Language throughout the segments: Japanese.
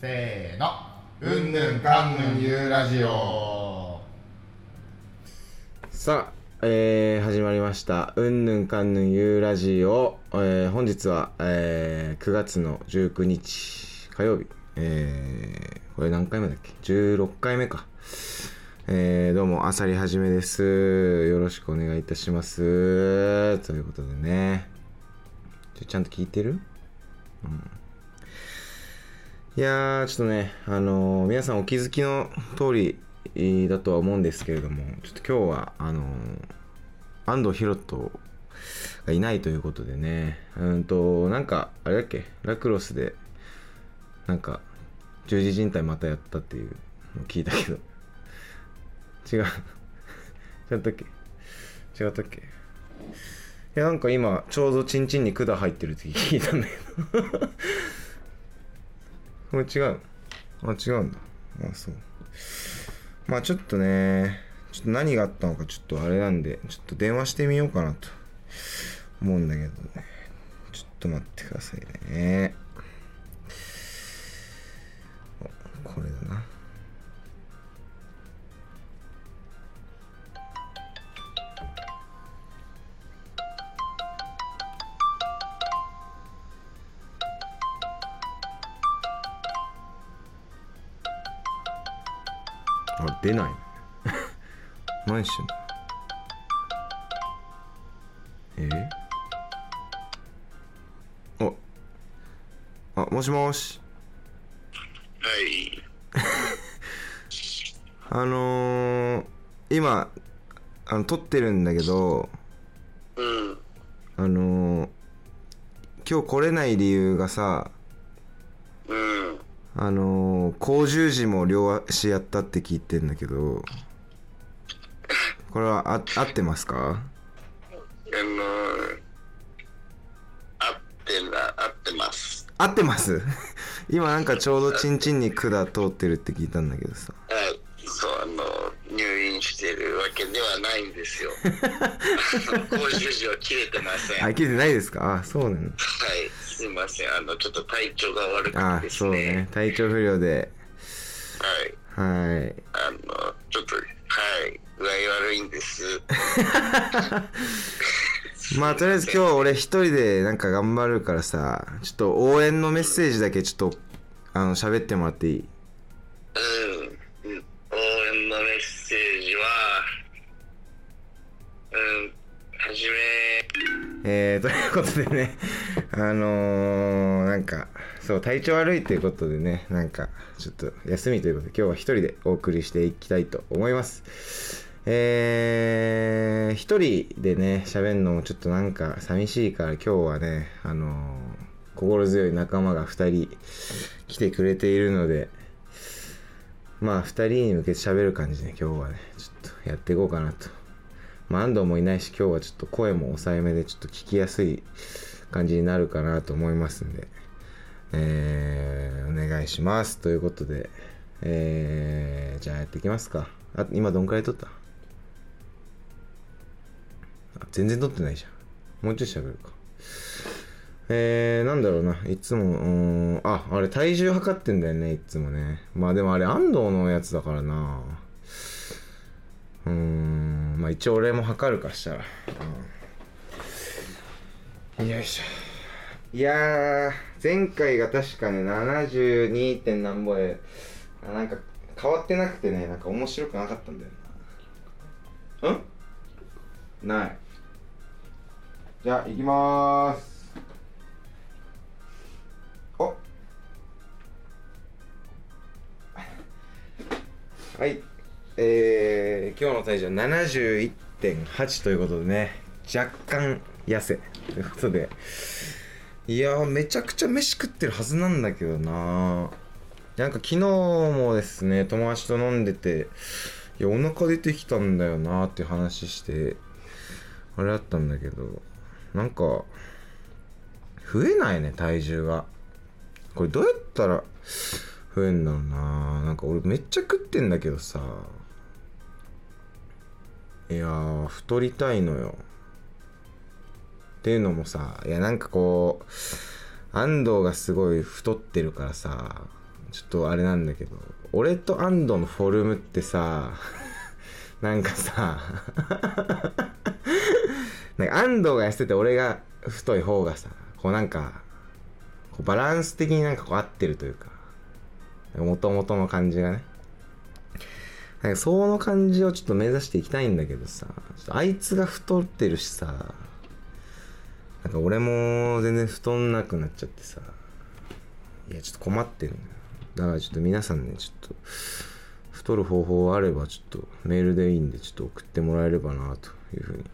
せーのうんぬんかんぬんゆうラジオさあ、えー始まりました「うんぬんかんぬんゆうラジオ」えー本日は、えー9月の19日火曜日、えーこれ何回目だっけ16回目か、えーどうもあさりはじめですよろしくお願いいたしますということでねちょちゃんと聞いてる、うん、いやーちょっとねあのー皆さんお気づきの通りえーだとは思うんですけれどもちょっと今日はあのー安藤博人がいないということでねうんとなんかあれだっけラクロスでなんか十字靭帯またやったっていうのを聞いたけど 違う違ったっけ違ったっけいやなんか今ちょうどチンチンに管入ってるって聞いたんだけどこれ違うあ違うんだあそうまあちょっとね、ちょっと何があったのかちょっとあれなんで、ちょっと電話してみようかなと思うんだけどね。ちょっと待ってくださいね。おこれだな。あ、出ない。何してんのえあ、あ、もしもし。はい。 あのー、今、あの、撮ってるんだけど、うん。あのー、今日来れない理由がさ、うん。あのー、高十字も両足やったって聞いてんだけど、これはあ合ってますかあのー、合ってな、合ってます。合ってます 今なんかちょうどチンチンに管通ってるって聞いたんだけどさ。はい。そう、あの、入院してるわけではないんです よ。講習時は切れてません。はあ、い。切れてないですかあ、そうなの。すいません。あの、ちょっと体調が悪くあて、ですそうね。ね。体調不良で。はい。はい。あの、ちょっと、はい。具合悪いんです。まあとりあえず今日俺一人でなんか頑張るからさちょっと応援のメッセージだけちょっとあの喋ってもらっていいうんうん、応援のメッセージは、うん、はじめ、えー、ということでねあのー、なんかそう体調悪いということでねなんかちょっと休みということで今日は一人でお送りしていきたいと思いますえー、一人でね喋るのもちょっとなんか寂しいから今日はねあのー、心強い仲間が二人来てくれているのでまあ二人に向けて喋る感じで今日はねちょっとやっていこうかなとまあ、安藤もいないし今日はちょっと声も抑えめでちょっと聞きやすい感じになるかなと思いますんで、えー、お願いしますということで、えー、じゃあやっていきますかあ今どんくらい撮ったあ全然撮ってないじゃんもうちょい喋るかえー、なんだろうないつもうーんああれ体重測ってんだよねいつもねまあでもあれ安藤のやつだからなうーんまあ一応俺も測るかしたら、うん、よいしょいやー前回が確かね 72. 点なんぼであなんか変わってなくてねなんか面白くなかったんだよなうんないじゃあ行きまーすおはいえー、今日の体重は71.8ということでね若干痩せということでいやーめちゃくちゃ飯食ってるはずなんだけどななんか昨日もですね友達と飲んでていやお腹出てきたんだよなーっていう話してあれだったんだけどなんか増えないね体重がこれどうやったら増えんだろうななんか俺めっちゃ食ってんだけどさいやー太りたいのよっていうのもさいやなんかこう安藤がすごい太ってるからさちょっとあれなんだけど俺と安藤のフォルムってさ なんかさ なんか安藤が痩せてて俺が太い方がさこうなんかこうバランス的になんかこう合ってるというかもともとの感じがねなんかその感じをちょっと目指していきたいんだけどさちょっとあいつが太ってるしさなんか俺も全然太んなくなっちゃってさいやちょっと困ってるんだよだからちょっと皆さんねちょっと太る方法あればちょっとメールでいいんでちょっと送ってもらえればなというふうに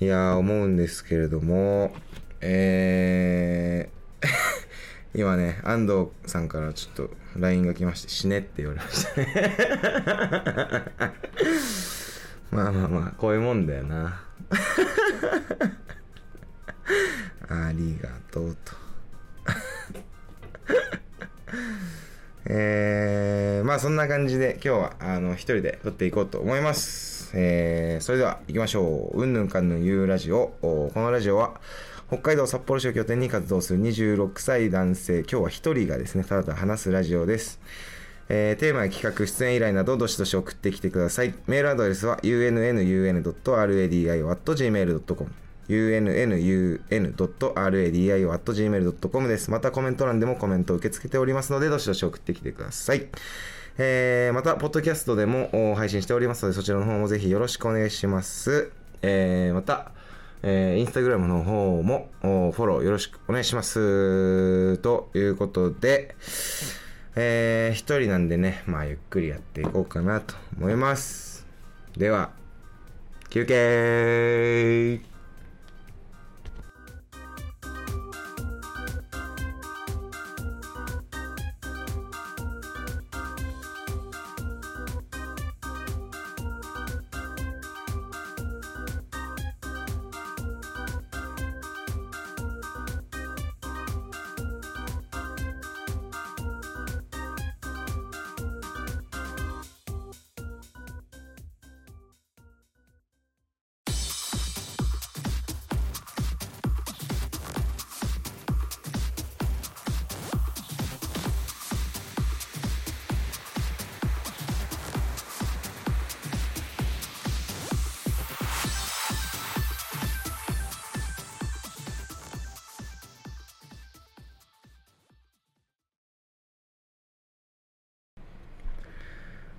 いやー思うんですけれどもえー 今ね安藤さんからちょっと LINE が来まして死ねって言われましたねまあまあまあこういうもんだよなありがとうと えー、まあそんな感じで今日はあの一人で撮っていこうと思います。えー、それでは行きましょう。うんぬんかんぬんゆうラジオ。おこのラジオは北海道札幌市を拠点に活動する26歳男性、今日は一人がですね、ただただ話すラジオです。えーテーマや企画、出演依頼など、どしどし送ってきてください。メールアドレスは unnun.radio.gmail.com unnun.radio.gmail.com です。またコメント欄でもコメントを受け付けておりますので、どしどし送ってきてください。えーまた、ポッドキャストでもお配信しておりますので、そちらの方もぜひよろしくお願いします。えーまた、えー、インスタグラムの方もおフォローよろしくお願いします。ということで、えー、一人なんでね、まあゆっくりやっていこうかなと思います。では、休憩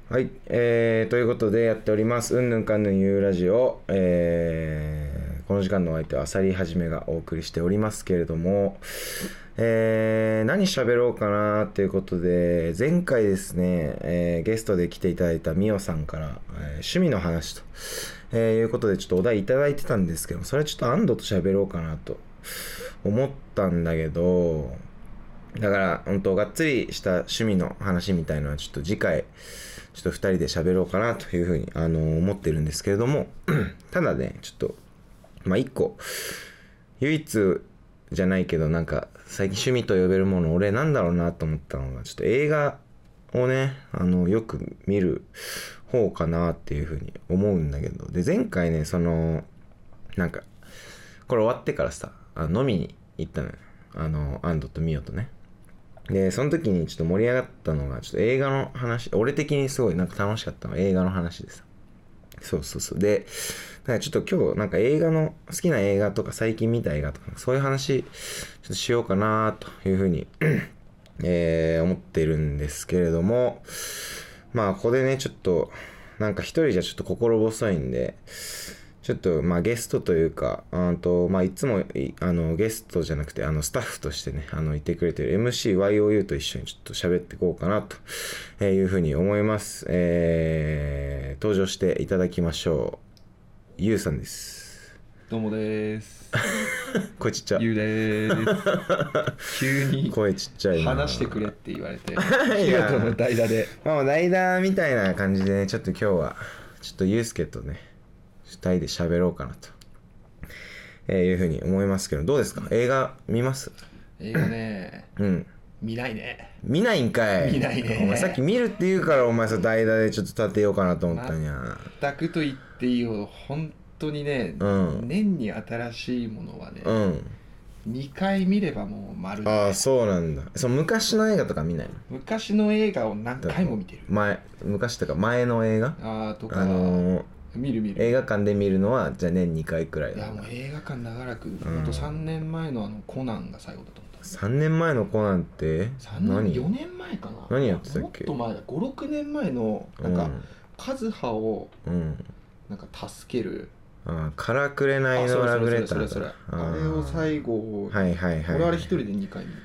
はい、えー、ということでやっております、うんぬんかんぬんゆうラジオ、えーこの時間のお相手はあさりはじめがお送りしておりますけれども、えー、何喋ろうかなということで、前回ですね、えーゲストで来ていただいたみおさんから、えー趣味の話と、えーいうことで、ちょっとお題いただいてたんですけど、それはちょっと安藤と喋ろうかなと思ったんだけど、だから、本当がっつりした趣味の話みたいのは、ちょっと次回、ちょっと2人で喋ろうかなというふうに、あの思ってるんですけれども、 ただね、ちょっと、まあ、1個、唯一じゃないけど、なんか、最近趣味と呼べるもの、俺なんだろうなと思ったのが、ちょっと映画をね、あの、よく見る方かなっていうふうに思うんだけど、で、前回ね、その、なんか、これ終わってからさ、あ飲みに行ったのよ。あの、安藤とミオとね。で、その時にちょっと盛り上がったのが、ちょっと映画の話、俺的にすごいなんか楽しかったのは映画の話でさ。そうそうそう。で、だからちょっと今日なんか映画の、好きな映画とか最近見た映画とか、そういう話、ちょっとしようかなというふうに、 えー思ってるんですけれども、まあ、ここでね、ちょっと、なんか一人じゃちょっと心細いんで、ちょっと、まあ、ゲストというか、あんと、まあ、いつも、いあの、ゲストじゃなくて、あの、スタッフとしてね、あの、いてくれてる MCYOU と一緒にちょっと喋っていこうかな、とえーいうふうに思います。えー、登場していただきましょう。ゆうさんです。どうもです。声ちっちゃ。ゆうでーす。急に声ちっちゃいな。話してくれって言われて、いや京都の代打で。まあ、代打みたいな感じでね、ちょっと今日は、ちょっとユうスケとね、二人で喋ろうかなと、えーいうふうに思いますけど、どうですか映画見ます映画ね、うん。見ないね。見ないんかい見ないねお前さっき見るって言うから、お前さ、代打でちょっと立てようかなと思ったんや。全くと言っていいほど、本当にね、うん年に新しいものはね、うん。 2回見ればもう丸だねああそうなんだその昔の映画とか見ないの昔の映画を何回も見てる前昔とか前の映画あーとか、あのー、見る見る映画館で見るのはじゃあ年2回くらいいなやんだもう映画館長らく、んほんと3年前のあのコナンが最後だと思った3年前の子なんて3何年4年前かな何やってたっけもっと前だ56年前のなんか、カズハをうん、うんなんか助けるああからくれないあそのれラそブレタれそれーそれだそれあれを最後、はいはいはい俺あれ一人で2回見る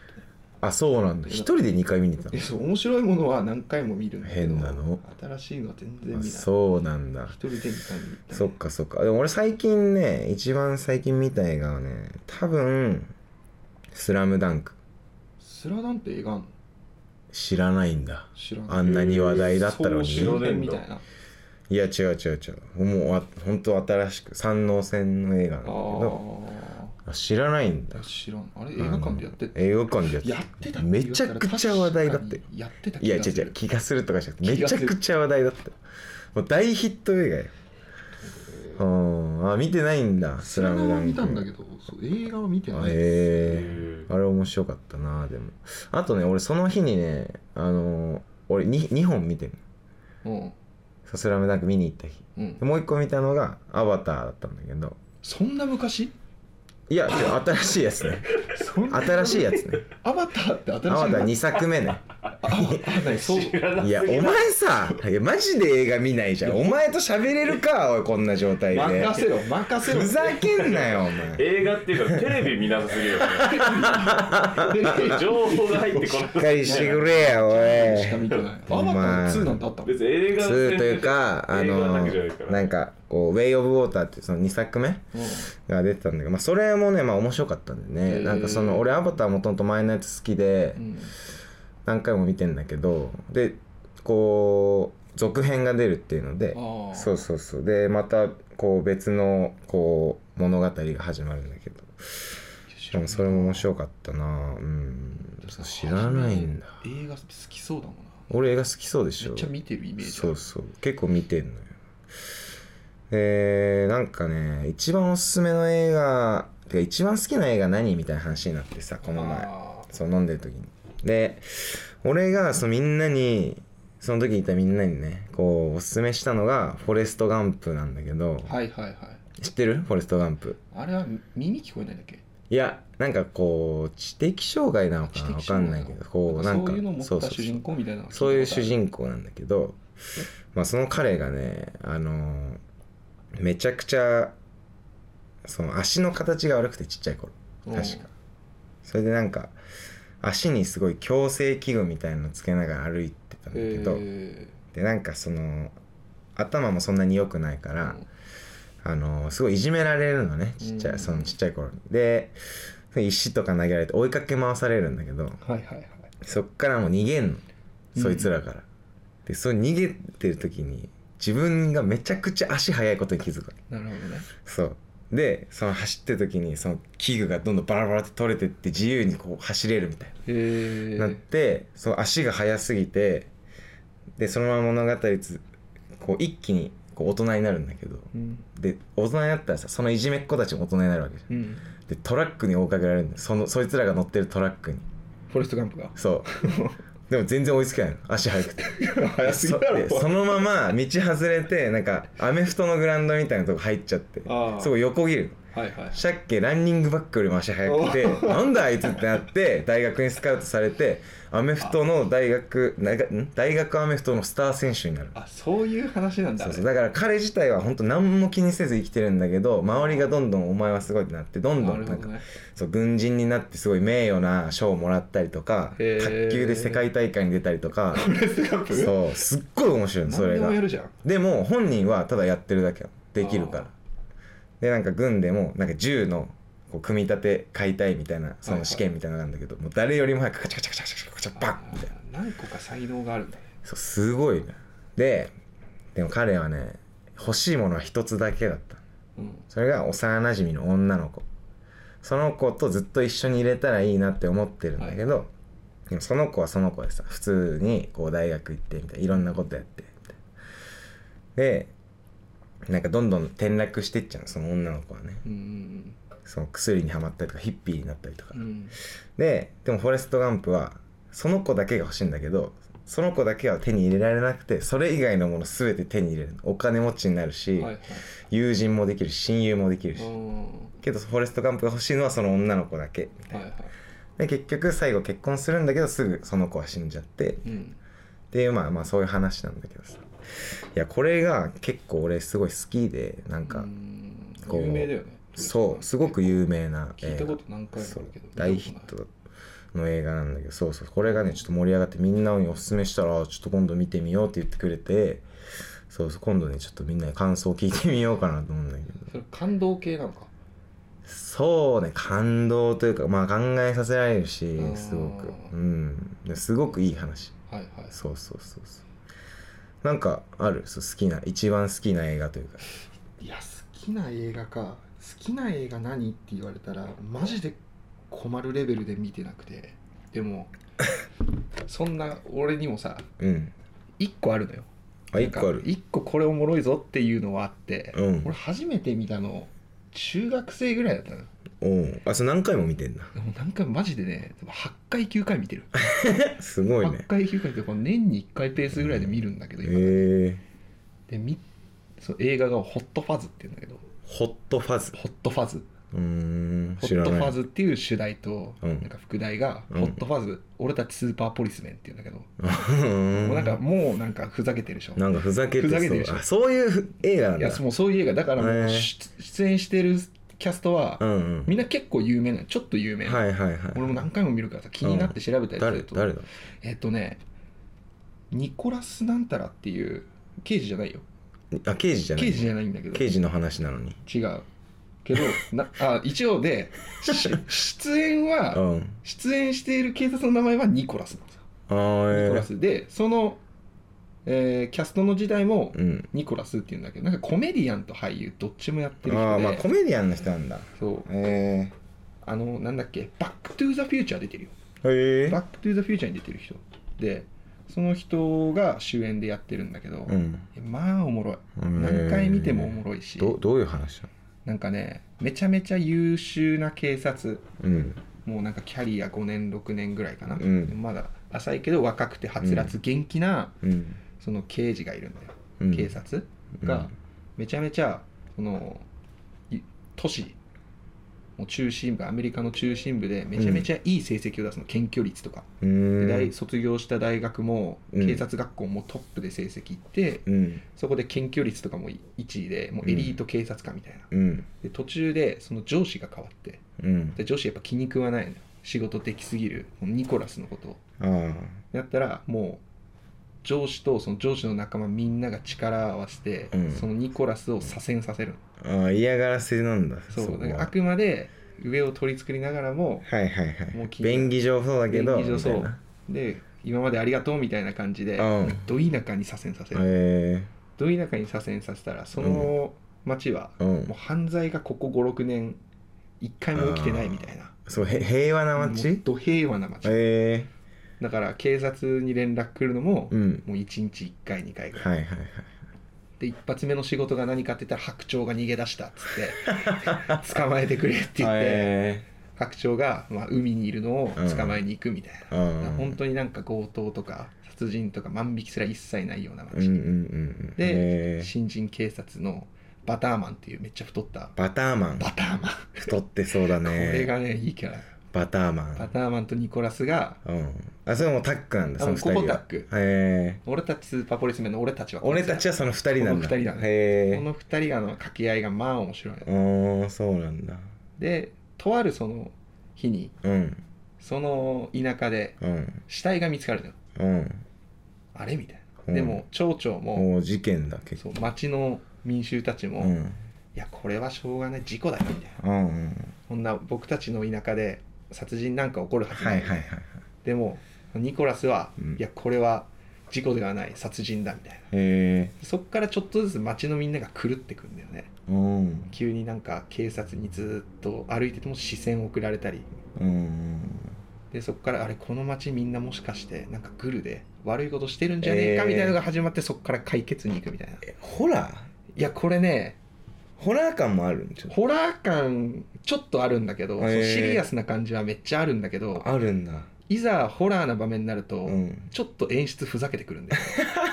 あそうなんだ一人で2回見に行ったえのそう面白いものは何回も見るんだけど変なの新しいのは全然見あない一そうなんだ人で2回見るそっかそっかでも俺最近ね一番最近見た映画はね多分「スラムダンクスラダンって映画あんの知らないんだ知らないあんなに話題だったのに総集編みたいないや違う違う違うもうあ本当新しく山王戦の映画なんあだけどああ知らないんだ知らんあれ映画館でやってあの映画館でやってやってたって言われたらめちゃくちゃ話題だって確かにやってたい気や違うがす違るう気がするとかじゃなくてめち気がゃするくちゃ話題だったもう大ヒット映画ようんあ見てないんだ「ススララダムダンンはク見たんだけどそう映画は見てないええあれ面白かったなでもあとね俺その日にねあのー俺 2, 2本見てるうん「スラムダンク見に行った日うんでもう1個見たのが「アバター」だったんだけどそんな昔いや違う新しいやつねそんな新しいやつねアバターってア新しいバター2作目ねああないそういやお前さいやマジで映画見ないじゃんお前と喋れるかおいこんな状態で任せろ任せろふざけんなよお前映画っていうかテレビ見なさすぎるよ ねし情報が入ってこしっなかいりしてくれやおいか見てないアバタお前ー2なんてあったの別に映画2というかあ映画だけじゃないかのらなんかこう「Way of Water」ってその2作目が出てたんだけど、まあ、それもねまあ面白かったんでね、へーなんかその俺アバターもともと前のやつ好きでうん何回も見てんだけどでこう続編が出るっていうのでああそうそうそうでまたこう別のこう物語が始まるんだけどでもそれも面白かったなうんそう知らないんだ映画好きそうだもんな俺映画好きそうでしめょっちゃ見てるイメージあそるうそう結構見てんのよえー、なんかね一番おすすめの映画てか一番好きな映画何みたいな話になってさこの前あそう飲んでる時にで俺がそのみんなにその時いたみんなにねこうおすすめしたのが「フォレスト・ガンプ」なんだけど、ーはいはいはい知ってるフォレスト・ガンプあれは耳聞こえないんだっけいやなんかこう知的障害なのかな分かんないけどこうなんかそういうのを持っそうそたうそ主う人公みたいなのが聞たことそあうるいう主人公なんだけど、まあ、その彼がね、あのーめちゃくちゃその足の形が悪くてちっちゃい頃うん確かそれでなんか足にすごい矯正器具みたいのつけながら歩いてたんだけど、へでなんかその頭もそんなに良くないかーら、あのーすごいいじめられるのねちっちゃい、うんそのちっちゃい頃にで石とか投げられて追いかけ回されるんだけど、はいはいはいそっからもう逃げんのうんそいつらから、でその逃げてる時に自分がめちゃくちゃ足速いことに気づくわけなるほどねそうでその走ってる時にその器具がどんどんバラバラって取れてって自由にこう走れるみたいへえな、なってその足が速すぎてでそのまま物語つこう一気にこう大人になるんだけどうんで大人になったらさそのいじめっ子たちも大人になるわけじゃうんんでトラックに追いかけられるんだよそのそいつらが乗ってるトラックにフォレストガンプがそう でも全然追いつけないの足速くて早すぎだろでそのまま道外れてなんかアメフトのグラウンドみたいなとこ入っちゃってああそこ横切るはいはいシャッケランニングバックよりも足速くて なんだあいつってなって大学にスカウトされてアメフトの大学大学ん大学アメフトのスター選手になるあそういう話なんだそうそうだから彼自体は本当何も気にせず生きてるんだけど周りがどんどんお前はすごいってなってどんどなんるなほんかどねそう軍人になってすごい名誉な賞をもらったりとかへー卓球で世界大会に出たりと かフォレストガンプそうすっごい面白いのそ何れでがもやるじゃんでも本人はただやってるだけなのできるかあらーでなんか軍でもなんか銃のこう組み立て解体みたいなそはいはのい試験みたいなのがあるんだけど、もう誰よりも早くカチャカチャカチャカチャカチャバッみたいなあー何個か才能があるんだねそうすごいねででも彼はね欲しいものは一つだけだったうんそれが幼馴染の女の子その子とずっと一緒にいれたらいいなって思ってるんだけど、でもその子はその子でさ普通にこう大学行ってみたいないろんなことやってみたいなでなんかどんどん転落してっちゃうのその女の子はねうんその薬にはまったりとかヒッピーになったりとか、うんででもフォレスト・ガンプはその子だけが欲しいんだけどその子だけは手に入れられなくてそれ以外のもの全て手に入れるお金持ちになるし、はいはい友人もできるし親友もできるし、うんけどフォレスト・ガンプが欲しいのはその女の子だけみたいなはいはいで結局最後結婚するんだけどすぐその子は死んじゃってうんでまあまあそういう話なんだけどさいやこれが結構俺すごい好きでなんか、うんこう有名だよねそうすごく有名な聞いたこと何回もあそうるけど大ヒットの映画なんだけどそうそうこれがねちょっと盛り上がってみんなにおすすめしたらあちょっと今度見てみようって言ってくれてそうそう今度ねちょっとみんなに感想を聞いてみようかなと思うんだけどそれ感動系なのかそうね感動というかまあ考えさせられるしうんすごくうんですごくいい話はいはいそうそうそうそうなんかあるそう好きな一番好きな映画というかいや好きな映画か好きな映画何って言われたらマジで困るレベルで見てなくて でもそんな俺にもさうん1個あるのよあ一個ある1個これおもろいぞっていうのはあって、うん俺初めて見たの中学生ぐらいだったのよおうあそれ何回も見てんなでもなんかマジでね8回9回見てる、すごい8ね回9回ってこう年に1回ペースぐらいで見るんだけど、へえ今でみそう映画がホットファズっていうんだけどホットファズホットファズうーんホ知ッらトないファズっていう主題と、うんなんか副題が、うんホットファズ俺たちスーパーポリスメンっていうんだけど、も うんうなんかもうなんかふざけてるでしょなんかふざけてふそざけてるうでしょあそういう映画なんいだやもうそういう映画だからもう、へー出出演してるキャストは、うんうんみんな結構有名なのちょっと有名なの、はいはいはい俺も何回も見るからさ気になって調べたりす誰ると、誰だえっとねニコラスなんたらっていう刑事じゃないよあ刑事じゃない刑事じゃないんだけど刑事の話なのに違うけどな あ一応でし出演は、うん出演している警察の名前はニコラスなんですよあーニえコラースでその、えーキャストの時代もうんニコラスっていうんだけどなんかコメディアンと俳優どっちもやってるあ人あでまあコメディアンの人なんだそうへあのなんだっけバック・トゥ・ザ・フューチャー出てるよえへえバック・トゥ・ザ・フューチャーに出てる人でその人が主演でやってるんだけど、うんまあおもろいうん何回見てもおもろいし、どどういう話ななんかねめちゃめちゃ優秀な警察のうんもうなんかキャリア5年6年ぐらいかな、うんまだ浅いけど若くてはつらつ元気なうんその刑事がいるんだよ、うん警察うんがめちゃめちゃそのい都市もう中心部アメリカの中心部でめちゃめちゃいい成績を出すの検挙率とか、うでん大卒業した大学もうん警察学校もトップで成績いって、うんそこで検挙率とかも1位でもうエリート警察官みたいな、うんで途中でその上司が変わってうんで上司やっぱ気に食わないのよ仕事できすぎるこのニコラスのことをああやったらもう上司とその上司の仲間みんなが力を合わせて、うんそのニコラスを左遷させるのあー嫌がらせなんだそうこはだからあくまで上を取り繕りながらもはいはいはもうい聞いた便宜上そうだけど便宜上そうみたいなで今までありがとうみたいな感じで、うんど田舎に左遷させる、へど田舎に左遷させたらその町は、えうんもう犯罪がここ56年一回も起きてないみたいなそうへ平和なもう街ど平和な町、へえだから警察に連絡来るのも、うんもう1日1回2回ぐらいはいはいはいで一発目の仕事が何かって言ったら白鳥が逃げ出したっつって 捕まえてくれって言ってへ白鳥が、まあ、海にいるのを捕まえに行くみたいな、うんうん本当になんか強盗とか殺人とか万引きすら一切ないようなえうん街、うんうんへでえ新人警察のバターマンっていうめっちゃ太ったバターマンバターマン、太ってそうだねこれがねいいキャラバターマバンターマンとニコラスがうんあそれもタックなんだあその二人はもうここタックへえ俺たちスーパーポリスメンの俺たちは俺たちはその二人なんだこの二人だねこへの2人がの掛け合いがまあ面白いのえうんそうなんだでとあるその日にうんその田舎でうん死体が見つかるのようんあれみたいな、うんでも町長も、もう事件だ結構そう町の民衆たちも、ういんやこれはしょうがない事故だよみたいなうんうんこんな僕たちの田舎で殺人なんか起こるはずな、はいいはいはいはいでもニコラスは、うんいやこれは事故ではない殺人だみたいなへえそっからちょっとずつ町のみんなが狂ってくんだよねうん急になんか警察にずっと歩いてても視線送られたりうんでそこからあれこの町みんなもしかしてなんかグルで悪いことしてるんじゃねえかみたいなのが始まってそこから解決に行くみたいな、えホラーいやこれねホラー感もあるんちょっホラー感ちょっとあるんだけど、へーそうシリアスな感じはめっちゃあるんだけどとあるんだいざホラーな場面になると、うんちょっと演出ふざけてくるんだよね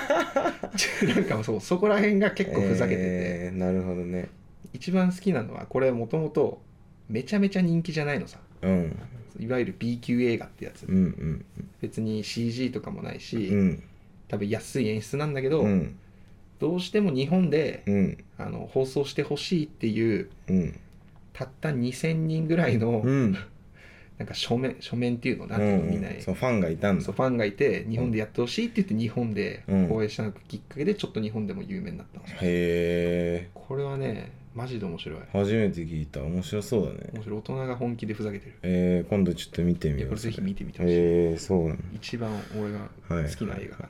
ちょなんかそうそこら辺が結構ふざけてて、えーなるほどね一番好きなのはこれもともとめちゃめちゃ人気じゃないのさうんいわゆる B 級映画ってやつ、うん別に CG とかもないし、うんうん多分安い演出なんだけど、うんどうしても日本でうんあの放送してほしいっていううんたった2000人ぐらいの、うんなんか書面書面っていうのなんていうのみんなうんそうファンがいたんだそうファンがいて日本でやってほしいって言って日本でうん放映したのがきっかけでちょっと日本でも有名になったの、へえこれはねマジで面白い初めて聞いた面白そうだね面白い大人が本気でふざけてるえー、今度ちょっと見てみいよやうこれぜひ見てみてほしい、えー、そうなんだ一番俺が好きな映画かな、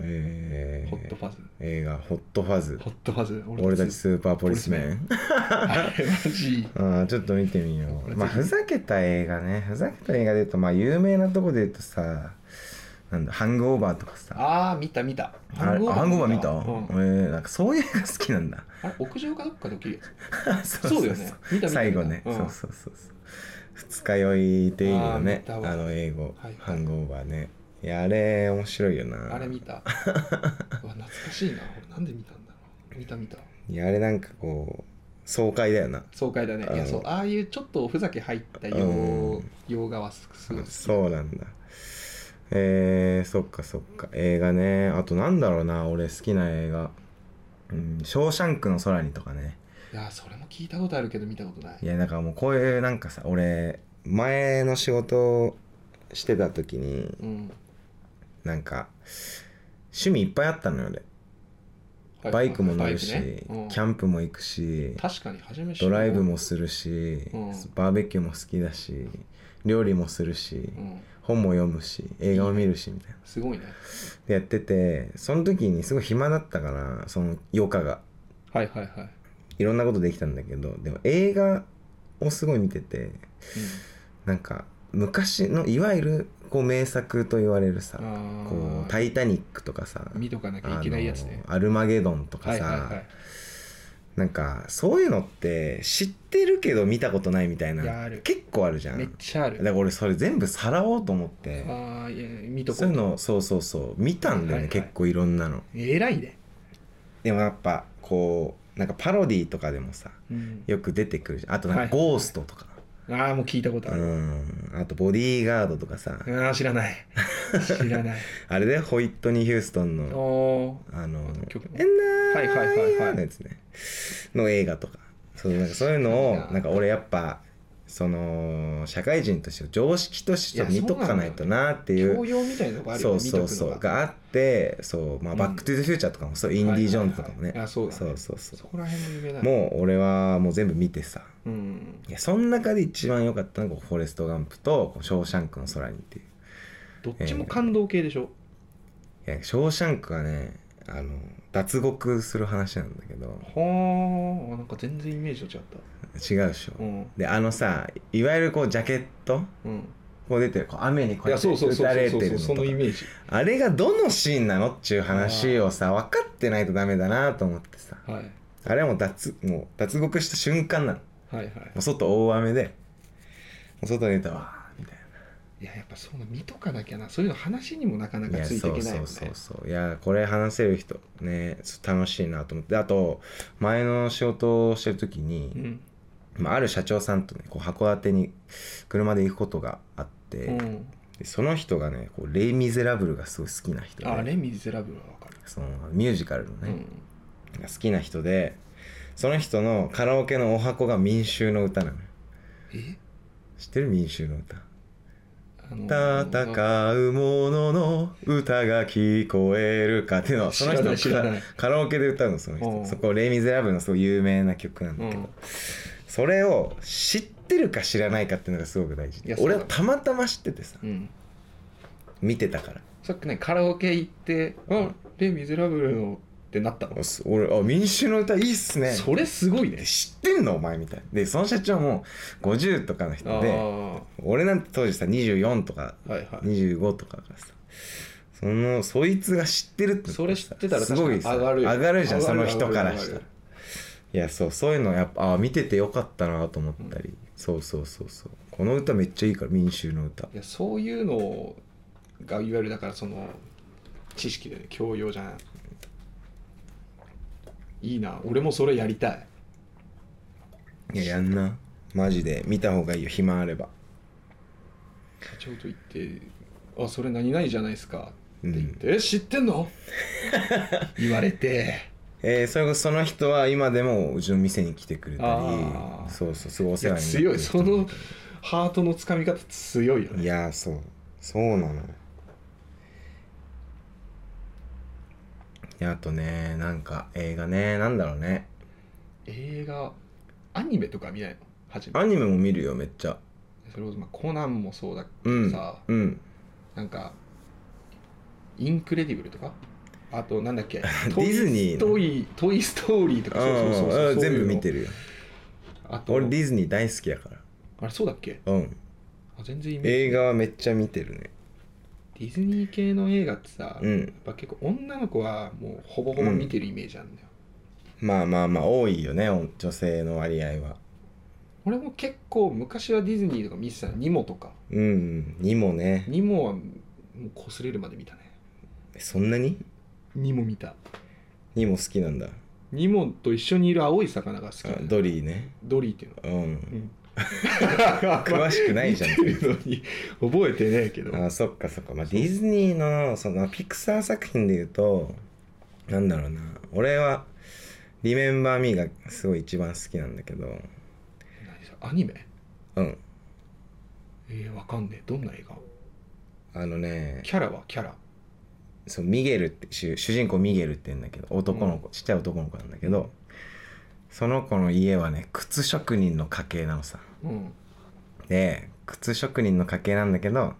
えー、ホットファズ映画「ホットファズホットファズ俺たちスーパーポリスメン」 あれマジあーちょっと見てみよこうれまあぜひふざけた映画ねふざけた映画で言うとまあ有名なとこで言うとさなんだハングオーバーとかさああ見た見たあれハングオーバー見た、うんえーなんかそういう映画好きなんだあれ屋上かどっかで起きるやそつ そうだよ ね見た見た最後ね、うんそうそうそうそう二日酔いっていうのねあーあ見たわの英語、はいハングオーバーねいやあれ面白いよなあれ 見たうわ懐かしいな俺なんで見たんだろう見た見たいやあれなんかこう爽快だよな爽快だねうんいやそうああいうちょっとおふざけ入ったう洋ん洋画はすすごい好きそうなんだえー、そっかそっか映画ねあとなんだろうな俺好きな映画「うん、ショーシャンクの空に」とかねいやそれも聞いたことあるけど見たことないいやだからもうこういうなんかさ俺前の仕事してた時にうんなんか趣味いっぱいあったのよ俺バイクも乗るし、バイクねうんキャンプも行くし確かに初めドライブもするし、うんバーベキューも好きだし料理もするし、うん本も読むし映画を見るしみたいな。すごいねでやっててその時にすごい暇だったからその余暇がはいはいはい、うんいろんなことできたんだけどでも映画をすごい見ててなんか昔のいわゆるこう名作と言われるさ「あーこうタイタニック」とかさ見とかなきあゃのいけないやつねアルマゲドン」とかはいはいさはなんかそういうのって知ってるけど見たことないみたいいやあなる結構あるじゃいめっんちゃあだかるら俺それ全部さらおうと思ってああいや見とこそういうのそうそうそう見たんだよはいはねい結構いろんなの。偉いね、でもやっぱこうなんかパロディとかでもさうん、よく出てくるじゃんあとなんはかいゴーストとか、ああもう聞いたことある、うんあとボディーガードとかさ、ああ知ら ない知らないあれでホイットニー・ヒューストンのおーあのあの曲「もエンナはーいはいはいはいのやつねの映画とかそうなんかそういうのをいやなんか俺やっぱその社会人として常識として見とかないとなっていう教養みたいなとこあるよそねうそうそ見うとくのががあってそう、まあうんバック・トゥ・ザ・フューチャーとかもそうインディ・ージョーンズとかもね、はいはいはいあそうだねそうそうそうそこら辺も有名だねもう俺はもう全部見てさうんいやその中で一番良かったのがこう「フォレスト・ガンプ」とこう「ショーシャンクの空に」っていうどっちも感動系でしょ、いやショーシャンクはねあの脱獄する話なんだけどはあなんか全然イメージと違った違うでしょ、うんであのさいわゆるこうジャケットうんこう出てるこう雨にこいやうやってそうそう打そうたそうれそうてるのそとかのイメージあれがどのシーンなのっちゅう話をさ分かってないとダメだなと思ってさはいあれはもう脱もう脱獄した瞬間なのもはいはう外大雨でもう外に出たらわーみたいないいややっぱそういうの見とかなきゃなそういうの話にもなかないかやついていけないもんねそうそうそうそういやこれ話せる人ねそう楽しいなと思ってあと前の仕事をしてる時に、うんまあ、ある社長さんとねこう函館に車で行くことがあって、うん、でその人がねこう「レイ・ミゼラブル」がすごい好きな人あでレ・ミゼラブルはわかる、そのミュージカルのね、うんが好きな人でその人のカラオケのお箱が民衆の歌なのよえ知ってる民衆の歌あの戦う者の歌が聞こえるかっていうのをその人の知らない知らないカラオケで歌うのそのう人んそこ「レイ・ミゼラブル」のすごい有名な曲なんだけど、うんそれを知ってるか知らないかっていうのがすごく大事いやそう俺だはたまたま知っててさうん、見てたからさっきねカラオケ行って「あレ・ミゼラブルの」ってなったのおす俺あ民衆の歌いいっすねそれすごいねで知ってんのお前みたいなでその社長も50とかの人ああでは俺なんて当時さ24とかいはい25とかだからさそのそいつが知ってるってそれ知ってたらす確かごにいさ上がるよ上がるじゃん上そがるの人からした上がる上がらるいやそうそういうのやっぱあ見ててよかったなと思ったり、そうそうそうそうこの歌めっちゃいいから民衆の歌いやそういうのがいわゆるだからその知識でね教養じゃんいいな俺もそれやりたいいややんなマジで見た方がいいよ暇あれば課長と言って「あそれ何々じゃないですか」うって言っんて「え知ってんの? 」言われてえー、それこそその人は今でもうちの店に来てくれたりあーそうそうすごいおい世や話になってる強いそのハートのつかみ方強いよいねやーそうそうなのいやあとねなんか映画ねなんだろうね映画アニメとか見ないの初めアニメも見るよめっちゃそれこそまあコナンもそうだけうどんさ、うんなんかインクレディブルとかあとなんだっけデ ディズニーのトイトイ・ストーリーとかあー全部見てるるよあと俺ディズニー大好きやかあれそうだっけらうんあ全然イメージ映画はめっちゃ見てるねディズニー系の映画ってさ、うやっんぱ結構女の子はもうほぼほぼ見てるイメージあるんだよ、まあまあまあ多いよねお女性の割合は俺も結構昔はディズニーとか見てたのニモとかうんにもねニモはもう擦れるまで見たねそんなにニモ見たにも好きなんだニモと一緒にいる青い魚が好きあなのドリーねドリーっていうのううんん 詳しくないじゃん 見てるのに覚えてねえけどあーそっかそっか、まあ、ディズニーのそのピクサー作品で言うとなんだろうな俺は「リメンバー・ミー」がすごい一番好きなんだけど何それアニメうんえー、わかんねえどんな映画あのねキャラはキャラそうミゲルって主主人公ミゲルって言うんだけど男の子、ちっちゃい男の子なんだけどその子の家はね靴職人の家系なのさうんで靴職人の家系なんだけど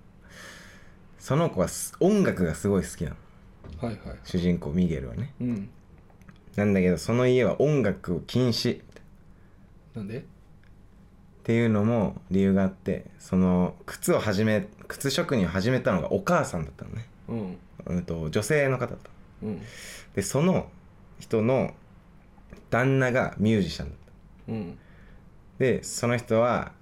その子はす音楽がすごい好きなのはいはい主人公ミゲルはねうんなんだけどその家は音楽を禁止なんでっていうのも理由があってその靴を始め靴職人を始めたのがお母さんだったのね、うんうん、と女性の方だったうんでその人の旦那がミュージシャンだったうんでその人は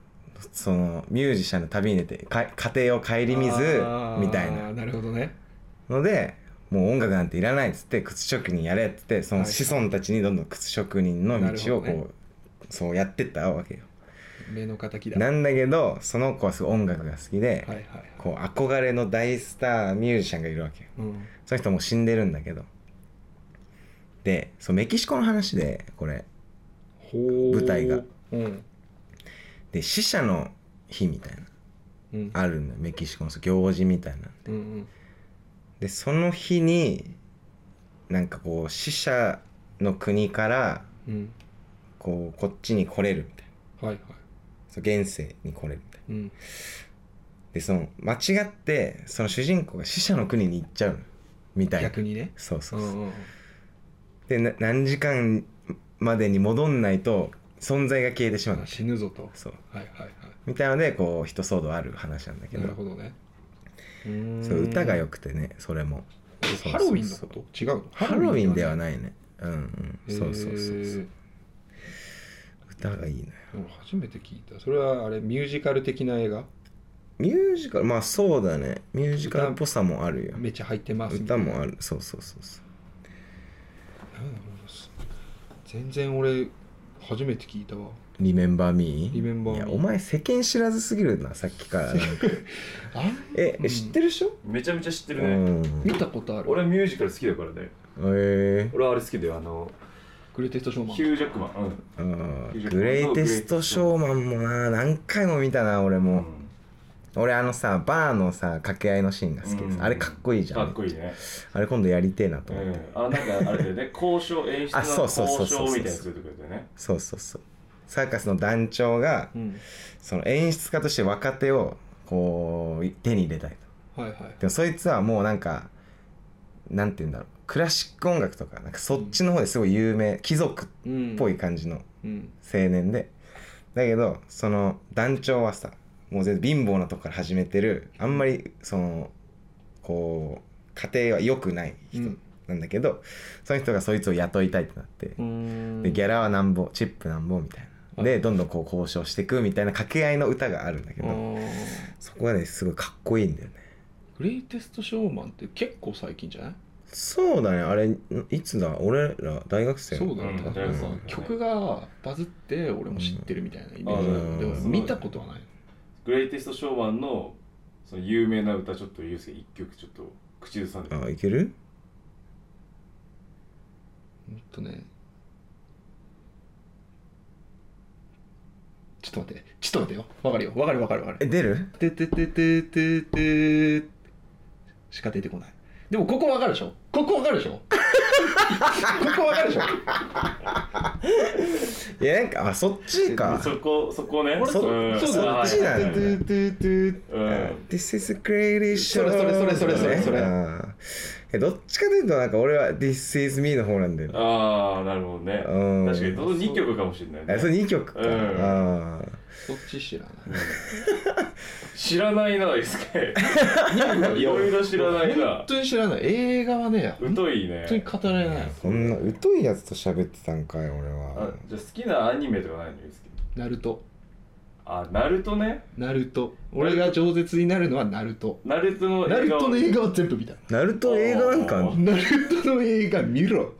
そのミュージシャンの旅に出てか家庭を顧みずあーみたいななるほどねのでもう音楽なんていらないっつって靴職人やれっつってその子孫たちにどんどん靴職人の道をこなう、るほどそうやってったわけよ目の敵だなんだけどその子はすごい音楽が好きで、はいはいはいこう憧れの大スターミュージシャンがいるわけようんその人もう死んでるんだけどでそうメキシコの話でこれほ舞台がうんで死者の日みたいなうんあるんだよメキシコのそう行事みたいなうんうんでその日になんかこう死者の国からうんこうこっちに来れるみたいなはいはいそう現世に来れるみたいなうんでその間違ってその主人公が死者の国に行っちゃうのみたいな逆にねそうそううそうんうんでな何時間までに戻んないと存在が消えてしまうあ死ぬぞとそうはいはいはみたいのでこう人騒動ある話なんだいけなどるほどねそう歌が良くくてねそれもそうハロウィンのそうこと違うのハロウィンではなないねうんうんいそうそうそうへそーう歌がいいね俺初めて聞いたそれはあれミュージカル的な映画ミュージカルまあそうだねミュージカルっぽさもあるよめっちゃ入ってますみた歌いなもあるそうそうそうそうなんだろうす全然俺初めて聞いたわリメンバーミー Remember Me いやお前世間知らずすぎるなさっき からなんかあんえうん知ってるでしょめちゃめちゃ知ってうるね。ん見たことある俺ミュージカル好きだからね。え俺はあれ好きだよ。あの、グレーテストショーマンヒュージャックマン。うんあーグレイテストショーマンもな何回も見たな俺も、俺あのさバーのさ掛け合いのシーンが好きです、うんあれかっこいいじゃんかっこいいね。あれ今度やりてえなとう思って、ん。あの、なんかあれだよね。交渉、演出のあそうそうそう交そ渉うそみうたいなやつとかだよね。そうそうそうサーカスの団長がうんその演出家として若手をこう手に入れたいとはいはいでもそいつはもうなんかなんて言うんだろうクラシック音楽とかなんかそっちの方ですごい有名貴族っっぽい感じのうん青年でだけどその団長はさもう全然貧乏なとこから始めてるあんまりそのこう家庭は良くない人、うんなんだけどその人がそいつを雇いたいってなって、んでギャラはなんぼチップなんぼみたいなでどんどんこう交渉していくみたいな掛け合いの歌があるんだけあど、ーそこがねすごいかっこいいんだよねグレイテストショーマンって結構最近じゃないそうだねあれいつだ俺ら大学生そうだようんね、多大分学生曲がバズって俺も知ってるみたいなイメージだうけど、んでもあー見たことはないグレイテストショーマンのその有名な歌ちょっとユースケ一曲ちょっと口ずさんであいけるうんとねちょっと待ってちょっと待ってよわかるよわかるわかるわかるえ出るててててててしか出てこないでもここわかるでしょここわかるでしょここわかるでしょいやなんかあそっちかそこそこね俺そうんそうあそっちだよはいはいはいねてててうん This is great show それそれそれそれそれそれれどっちかというとなんか俺は This is me の方なんだよねああなるほどねうん確かにその2曲かもしれないあねそれ2曲か、うんあそっち知らない知らないなユー スケいろいろ知らないな本当に知らない映画はね本疎いね当に語られないーそんな疎いやつと喋ってたんかい俺あはじゃあ好きなアニメとかないのユースケナルトあナルトねナルト俺が饒舌になるのはナルトナルトのナ映ル画トの映画は全部見たナルト映画なんかあナルトの映画見ろ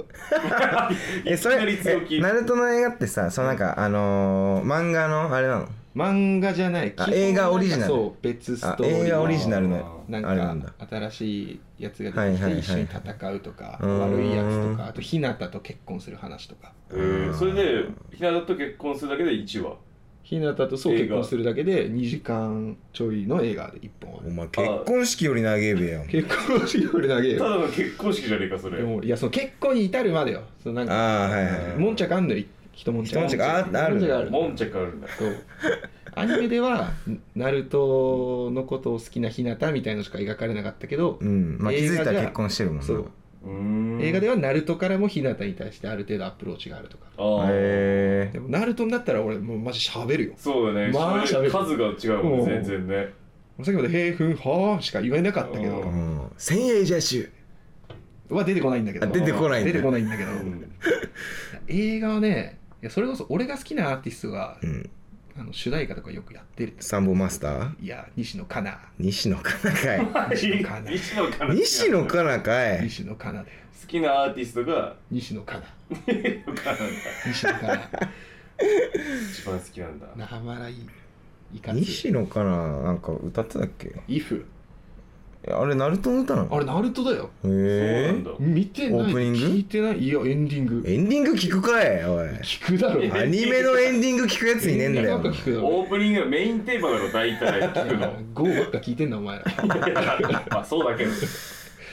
えそいきなれり強気えナルトの映画ってさそのなんかあのー、漫画のあれなの漫画じゃないあ基本映画オリジナルそう別ストあーリー映画オリジナルのなんあれなんだか新しいやつはがい出はいてはいきはいて一緒に戦うとか、うーん悪いやつとかあと日向と結婚する話とかうんそれでひなたと結婚するだけで1話日向とそう映画結婚するだけで2時間ちょいの映画で1本お前結婚式より長えべよ結婚しより投げた よだの結婚式じゃねえかそれでもいやその結婚に至るまでよそのなんかああはいはいもんちゃかあんのよ一もんち一ゃ悶着ああるもんちゃがあるもんちゃくあるんだそうアニメではナルトのことを好きな日向みたいのしか描かれなかったけど、うんまあ気づいた映画じらゃ結婚してるもんなそううーん映画ではナルトからも日向に対してある程度アプローチがあるとかあーへでもナルトになったら俺もうマジ喋るよそうだね、まあ喋る喋数が違うもんね、全然ね。さっきまで「へーふんはー」しか言えなかったけえうどん千円ジャシュは出てこないんだけどあ出てこないんだ出てこないんだけど うん映画はねいやそれこそ俺が好きなアーティストがうんあの主題歌とかよくやってるサンボマスターいや西野カナ西野かな か西野カナ西野かない西野好かなかい西野カナできなアーティストが西野カナ西野かな西野カナ 一番好きなんだ。なまらいいかつ西野かななんか歌ってたっけイフえあれナルトの歌なあのれナルトだよそうなへんだ。見てないオープニング聞いてないいやエンディングえエンディング聞くかいおい聞くだ ろアニメのエンディング聞くやついねえんだなよんか聞くだろオープニングのメインテーマだろ、大体聞 くの。 ゴーばっか聞いてんなお前らまあ、そうだけど。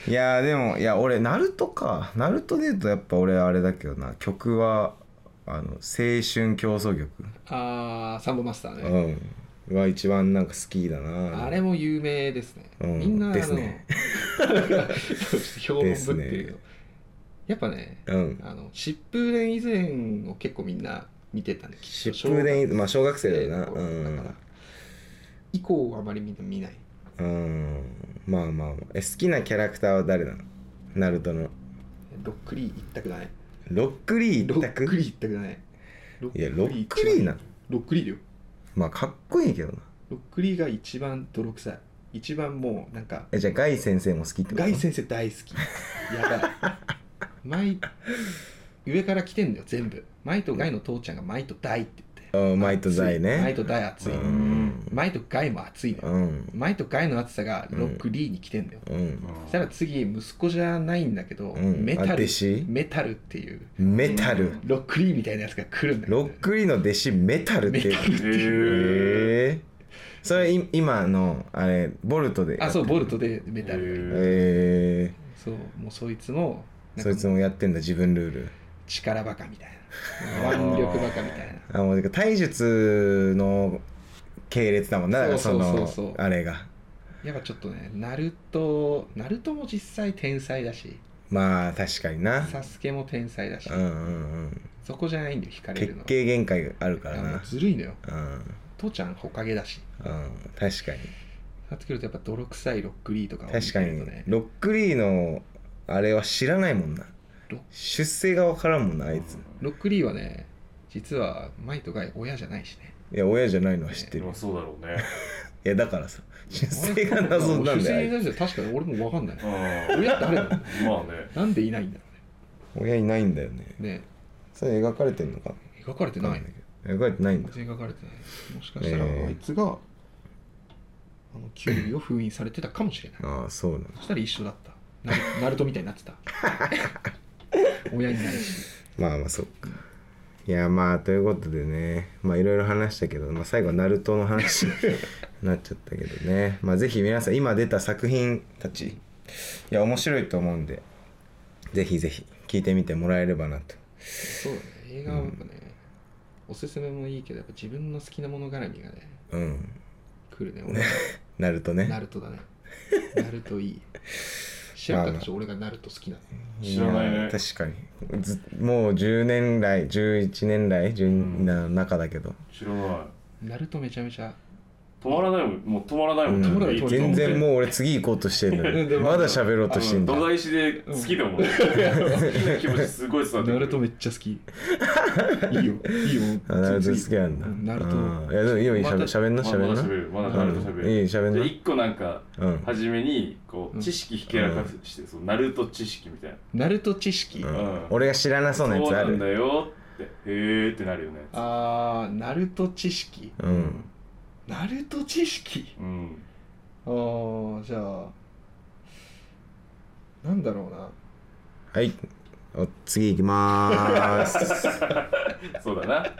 いやーでもいや俺ナルトかナルトで言うとやっぱ俺あれだけどな曲はあの青春競争曲あーサンボマスターねうんは一番なんか好きだなあれも有名ですね。うんみんな、ですねあの そうちょっと評論ぶってるけですど、やっぱね、うんあの疾風伝以前を結構みんな見てたんで、疾風伝まあ小学生だよなうだからん、以降はあまりみんな見ない。うん、まあまあまあえ好きなキャラクターは誰なのナルトのロックリー一択だね。ロックリローッ択クリー一択だね。ロいやロックリーなロックリーだよ。まあかっこいいけどなロックリーが一番泥臭い。一番もうなんか、えじゃあガイ先生も好きってことガイ先生大好き。やばい。マイ、上から来てんだよ、全部。マイとガイの父ちゃんがマイとダイって言って。うんマイとダイねマイとダイ熱い。うんマイとガイも熱いのうよ。んマイとガイの熱さがロックリーに来てんだよ。うんそしたら次、息子じゃないんだけど、うんメタあル弟子、メタルっていう、メタル、ロックリーみたいなやつが来るんだけど。ロックリーの弟子メタルっていうメタルっていう。ええそれい今のあれボルトであ、そう、ボルトでメタル。えそう、もうそいつも、えなんそかいつもやってんだ自分ルール力バカみたい な。腕力バカみたいな。あもうてか体術の系列だもんなだからそそうのそうそうそうあれがやっぱちょっとね、ナルト、ナルトも実際天才だし、まあ確かになサスケも天才だしうん、うんうんそこじゃないんだよ、惹かれ血るのは。形限界があるからあのなずるいのよ。うん、父ちゃん、ほかげだし。うん、確かになってくると、やっぱ泥臭いロックリーとかを見確かてるにとね、ロックリーのあれは知らないもんなど出世が分からんもんなあいつロックリーはね実はマイとガイ親じゃないしねいや親じゃないのは知ってでるもそうだろ うねいやだからさ出世が謎な俺ん出だよあ世 いつに対しては確かに俺も分かんないうん親ってあれだよねまあねなんでいないんだろ親いないんだよねうねねそれ描かれてんのかな描かれてないね描いてないんだ全然描かれてないもしかしたらえーあいつが、あのキュウリを封印されてたかもしれないああそうなのそしたら一緒だったナルナルトみたいに なってた親になるしまあまあそっかいやまあということでねまあいろいろ話したけど、まあ、最後はナルトの 話になっちゃったけどねまあぜひ皆さん今出た作品たちいや面白いと思うんでぜひぜひ聞いてみてもらえればなとそうだね映画はやっぱね、おすすめもいいけどやっぱ自分の好きなもの絡みがねうん来るね俺 ナルトナねルトだねナルトいい知らなかったし俺がナルト好きなの知らないねや確かにずもう10年来11年来12の中だけど、知らないナルトめちゃめちゃ止まらないもんもう止まらないもん、うんいいと思全って然もう俺次行こうとしてん のうんでにもまだ喋ろうとしてんだあの土台石で好きだもん、ね。好きな気持ちすごい伝わってくナるルトめっちゃ好き いいよいいよあナルト好きなんだ。うんナルトうんいや、でもいいよ、いいしゃべしゃべんな、ましゃべだまんな。だ喋うるまだナルト喋る、んいい、しゃべんでな。一個なんかうん。初めにこう知識ひけらかして、そのナルト知識みたいなナルト知識、うあん俺が知らなそうなやつあなんだる。よってへえってなるよねあーナルト知識うん。ナルト知識うんあーじゃあなんだろうなはい。お次行きまー す。そうだな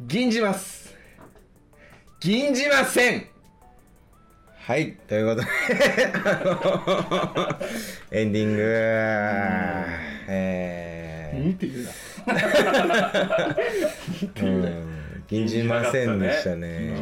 銀じます銀じませんはい。ということで、 あのエンディング。え見てるなー、うん。禁じませんでしたね。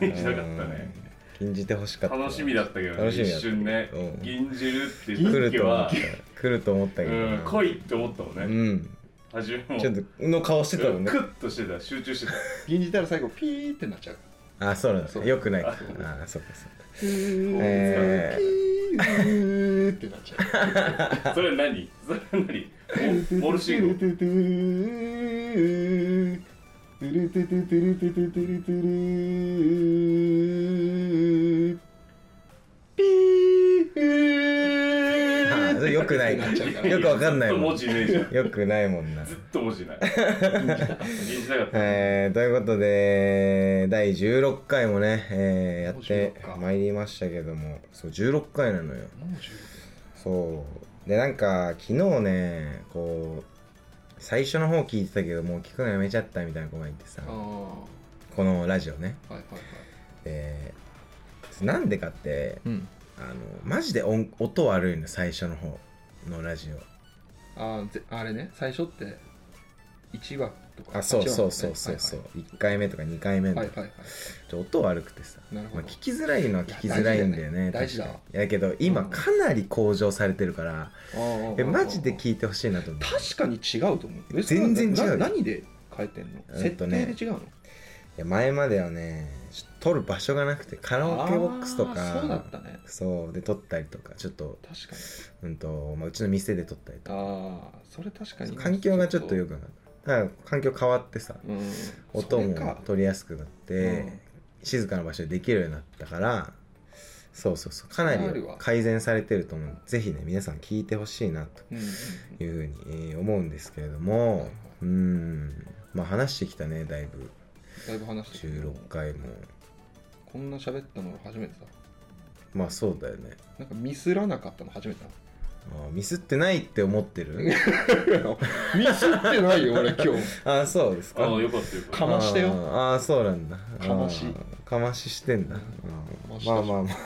うん禁じなかったね禁じてほしかった。楽しみだったけどね楽しみだっ一た瞬ねうん銀汁ってい来うる時と思っはた。来ると思ったけどうんな。来いって思ったもんね、うん。初めもちょっとの顔してたもんねク。ッとしてた集中してた銀じたら最後ピーってなっちゃうあ、そうなんだ。そうよくない。あ、そうかそうか。ええーピーってなっちゃうそれ何 それ何モモルシーゴあそれよくない。なっちゃうか らよくわかんないずっとも文ん。字ねえじゃんよくないもんなず。っと文字ない銀じなかったえー、ということで第16回もね、えーやって16かまいりましたけどもそう16回なのよもう十そうでなんか昨日ねこう最初の方聞いてたけどもう聞くのやめちゃったみたいな子がいてさ分あこのラジオねあはいはいはいでなんでかってうんあのマジで音音悪いの最初の方のラジオあーぜあれね最初って1話とかあそうそうそうそうそう、1回目とか2回目はの、いはいはいはいはいちょ音悪くてさ、なるほまどあ、聞きづらいのは聞きづらいんだよねいや大事だよね確かにやけど今かなり向上されてるから、あーえマジで聞いてほしいなと思う確かに違うと思うえ全然違うそれはな何で変えてんの、うん設と定ねで違うのいや前まではねちょっと撮る場所がなくてカラオケボックスとかあーそうだったねそうで撮ったりとかちょっと,、確かにうんとまあ、うちの店で撮ったりとかああそれ確かに環境がちょっと良くなかっただから環境変わってさうん音それもか取りやすくなっうんて静かな場所でできるようになったからそうそうそうかなりそれあるわ改善されてると思うんでぜひね皆さん聞いてほしいなうんうんというふうにえー思うんですけれどもうんまあ話してきたねだいぶだいぶ話してる16回もこんな喋ったの初めてだまあそうだよねなんかミスらなかったの初めてあミスってないって思って るだ ミスってないよ俺今日あ あそうですかああ、よかったよかった。かましてよあーあーそうなんだあーかましかまししてんだ、ましまたあまあまあま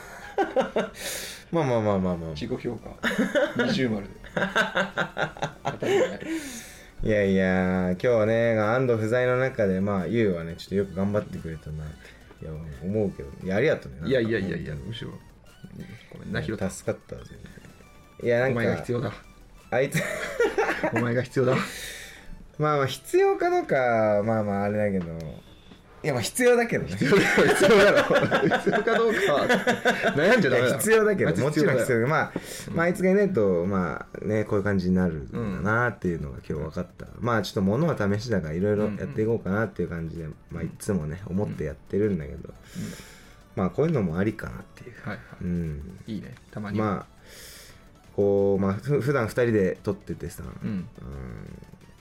あ まあまあまあまあ自己評価二重丸で当たり前いやいや今日はね安藤不在の中でまあゆうはねちょっとよく頑張ってくれたないや思うけどいやありがとうねなんかいやいやいやいやむしろごめんなひろた助かったわ全然いやなおんか前が必要だあいつお前が必要だまあまあ必要かどうかまあまああれだけどいやまあ必要だけどね必要だろ必要だろ必要かどうかは悩んじゃダいメだろや必要だけあいつどもちろん必だよ要だけどまあ、まああいつがいないとまあねこういう感じになるんだなっていうのが今日分かった、まあちょっと物は試しだからいろいろやっていこうかなっていう感じで、まあいつもね思ってやってるんだけど、まあこういうのもありかなっていうはいはうんいいいねたまにはまあこうまあふ普段二人で撮っててさ、うんうん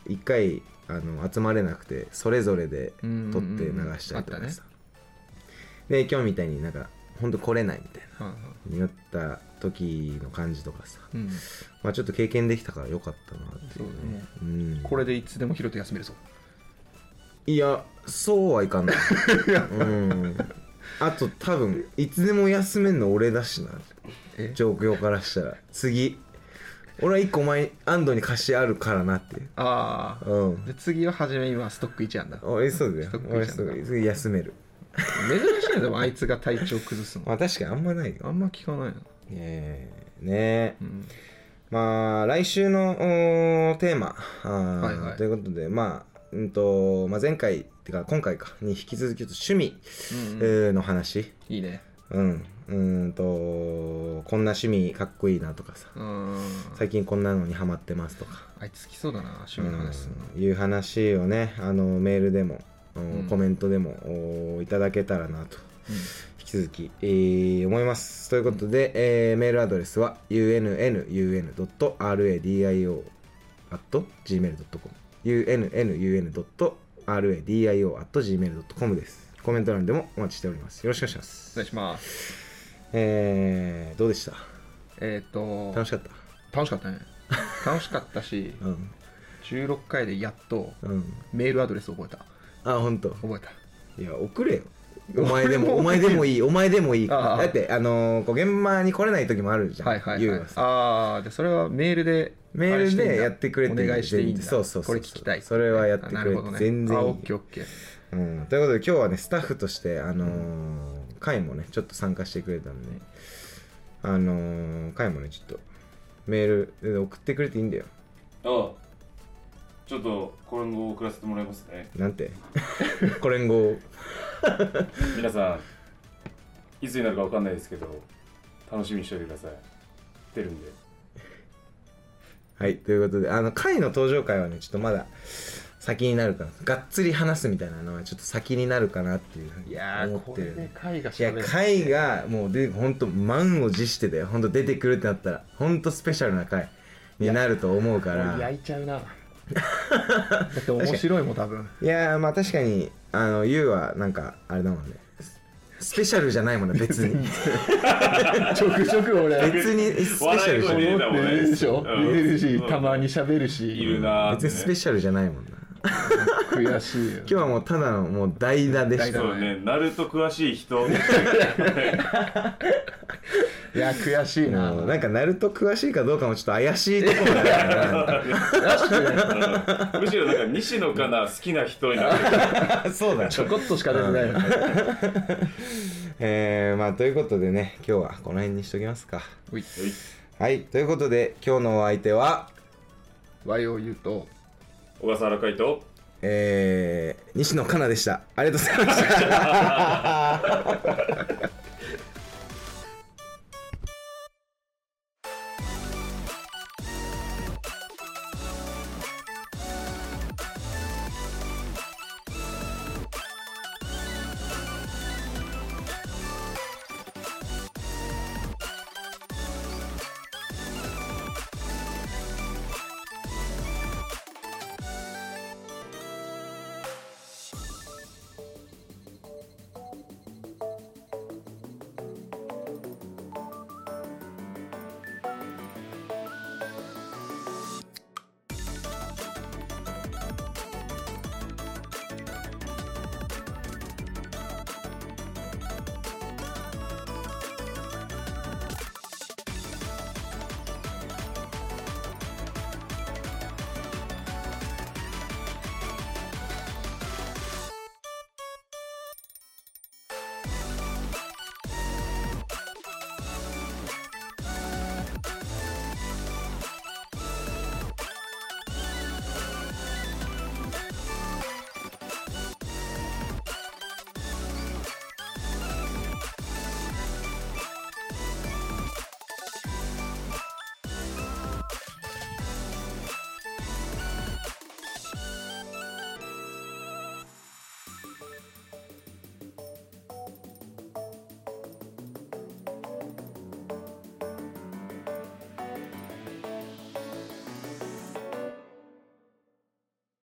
一回あの集まれなくてそれぞれで撮って流したりとうんかうんうんうんあったさ、で今日みたいになんかほんと来れないみたいうんうんなになった時の感じとかさ、うんまあ、ちょっと経験できたからよかったなっていうねうん、これでいつでもヒロと休めるぞいやそうはいかないうんあと多分いつでも休めんの俺だしなえ状況からしたら次俺は一個前に安藤に貸しあるからなっていうああうんで次は初め今ストック1案だおえそうだよストック俺じゃんそう次休める珍しいねでもあいつが体調崩すのまあ確かにあんまないよあんま聞かないなええねえうんまあ来週のおーテーマあー、はいはいということでまあうんと、まあ、前回ってか今回かに引き続きちょっと趣味うんうんえーの話いいねうんうんとこんな趣味かっこいいなとかさうん最近こんなのにハマってますとかあいつ好きそうだな趣味の話すんのうんいう話をねあのメールでも、うんうんコメントでもおいただけたらなと引き続き、えー思いますということで、えーメールアドレスは unnun.radio.gmail.com unnun.radio.gmail.com ですコメント欄でもお待ちしておりますよろしくお願いしまおす願いしますえー、どうでしたえっと楽しかった楽しかったね楽しかっ たしうん16回でやっとうんメールアドレス覚えたあ本当。覚えたいや送 れよお前でもお前でもいいお前でもいいああだってあのーこう現場に来れない時もあるじゃんはいはいゆはういはさああでそれはメールでメールでやってくれてお願いしていいんだそうそうそうこれ聞きたいそれはやってくれてあなるほどね全然いいあオッケーオッケーうん、ということで今日はねスタッフとしてあのー会もねちょっと参加してくれたんであのー会もねちょっとメールで送ってくれていいんだよあちょっと、これを送らせてもらいますね。なん てこれんご皆さん、いつになるかわかんないですけど、楽しみにしておいてください。出るんで。はいということであの会の登場会はねちょっとまだ先になるかながっつり話すみたいなのはちょっと先になるかなっていうふういにやー思っこてれるんでで会がいや、回がもうで、ほんと満を持してだよ。ほんと出てくるってなったら、ほんとスペシャルな回になると思うから。いや焼いちゃ うなだって面白いもん多分ー、まあ確かに、あの、ゆうはなんか、あれだもんね。ススペシャルじゃないもんね、別に。ちょくちょく俺別にスペシャルじゃ笑ないい声出。る思ってるでしょうん出るしうんたまに喋るしいるなーって、別ね。にスペシャルじゃないもんな。悔しいよ今日はもうただのもう代打でし代た打。そうね、ナルト詳しい人。 いや悔しいなもうなんか、ナルト詳しいかどうかもちょっと怪しいところだよむしろなんか西野かな好きな人になってるな。 そうだよちょこっとしか出てないなえー、まあということでね、今日はこの辺にしときますか。ういはい、ということで、今日のお相手は、 YOU と小笠原海斗えー、西野カナでした。ありがとうございました。